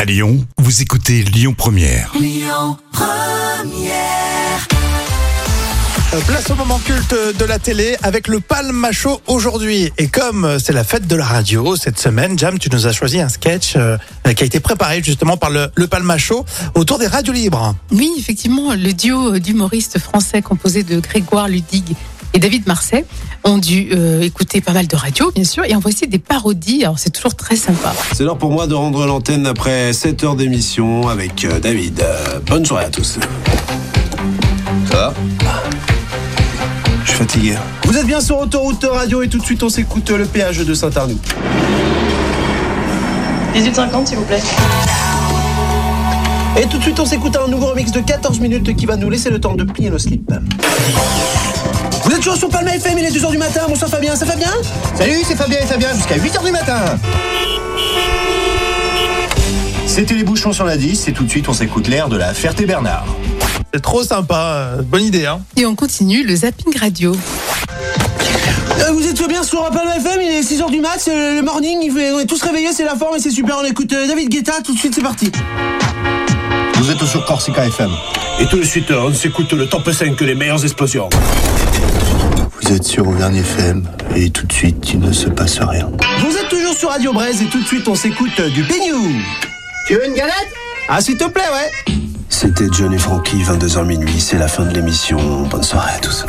À Lyon, vous écoutez Lyon Première. Euh, Place au moment culte de la télé avec le Palmacho aujourd'hui. Et comme euh, c'est la fête de la radio cette semaine, Jam, tu nous as choisi un sketch euh, qui a été préparé justement par le, le Palmacho autour des radios libres. Oui, effectivement, le duo d'humoristes français composé de Grégoire Ludig et David Marseille ont dû euh, écouter pas mal de radios, bien sûr, et envoyer des parodies. Alors, c'est toujours très sympa. C'est l'heure pour moi de rendre l'antenne après 7 heures d'émission avec euh, David. Euh, bonne soirée à tous. Ça va Je suis fatigué. Vous êtes bien sur Autoroute Radio et tout de suite on s'écoute euh, le péage de Saint-Arnoux. 18,50 s'il vous plaît. Et tout de suite on s'écoute un nouveau remix de 14 minutes qui va nous laisser le temps de plier nos slips. Vous êtes toujours sur Palma FM, il est 2h du matin, bonsoir Fabien, c'est Fabien Salut, c'est Fabien et Fabien jusqu'à 8h du matin. C'était les bouchons sur la 10 et tout de suite on s'écoute l'air de la Ferté-Bernard. C'est trop sympa, euh, bonne idée. Hein Et on continue le zapping radio. Euh, Vous êtes bien sur Palma FM, il est 6h du mat, c'est le- le morning, il fait- on est tous réveillés, c'est la forme et c'est super, on écoute euh, David Guetta, tout de suite c'est parti. Vous êtes sur Corsica FM. Et tout de suite, euh, on s'écoute le top 5 les meilleures explosions. Vous êtes sur Auvergne FM et tout de suite, il ne se passe rien. Vous êtes toujours sur Radio Braise et tout de suite on s'écoute euh, du Beignou. Tu veux une galette Ah s'il te plaît ouais C'était John et Frankie, 22h minuit, c'est la fin de l'émission. Bonne soirée à tous.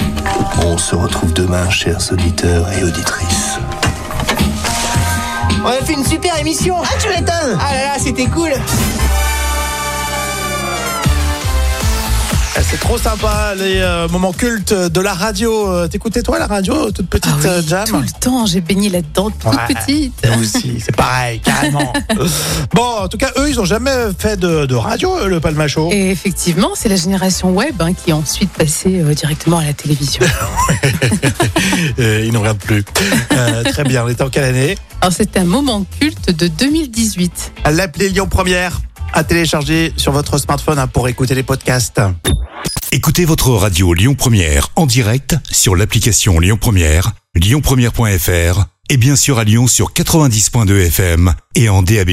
On se retrouve demain, chers auditeurs et auditrices. On a fait une super émission Ah tu m'étonnes Ah là là c'était cool Euh, C'est trop sympa les euh, moments cultes de la radio. Euh, T'écoutais toi la radio, toute petite Ah oui, euh, Jam tout le temps, j'ai baigné là-dedans, toute Ouais. petite. Nous aussi, c'est pareil, carrément. bon, en tout cas, eux, ils n'ont jamais fait de, de radio, eux, le Palmacho. Et effectivement, c'est la génération web hein, qui est ensuite passée euh, directement à la télévision. Euh, ils n'en regardent plus. Euh, très bien, on était en quelle année Alors, c'est un moment culte de 2018. L'appli Lyon Première à télécharger sur votre smartphone hein, pour écouter les podcasts. Écoutez votre radio Lyon Première en direct sur l'application Lyon Première, lyonpremière.fr et bien sûr à Lyon sur 90.2 FM et en DAB+.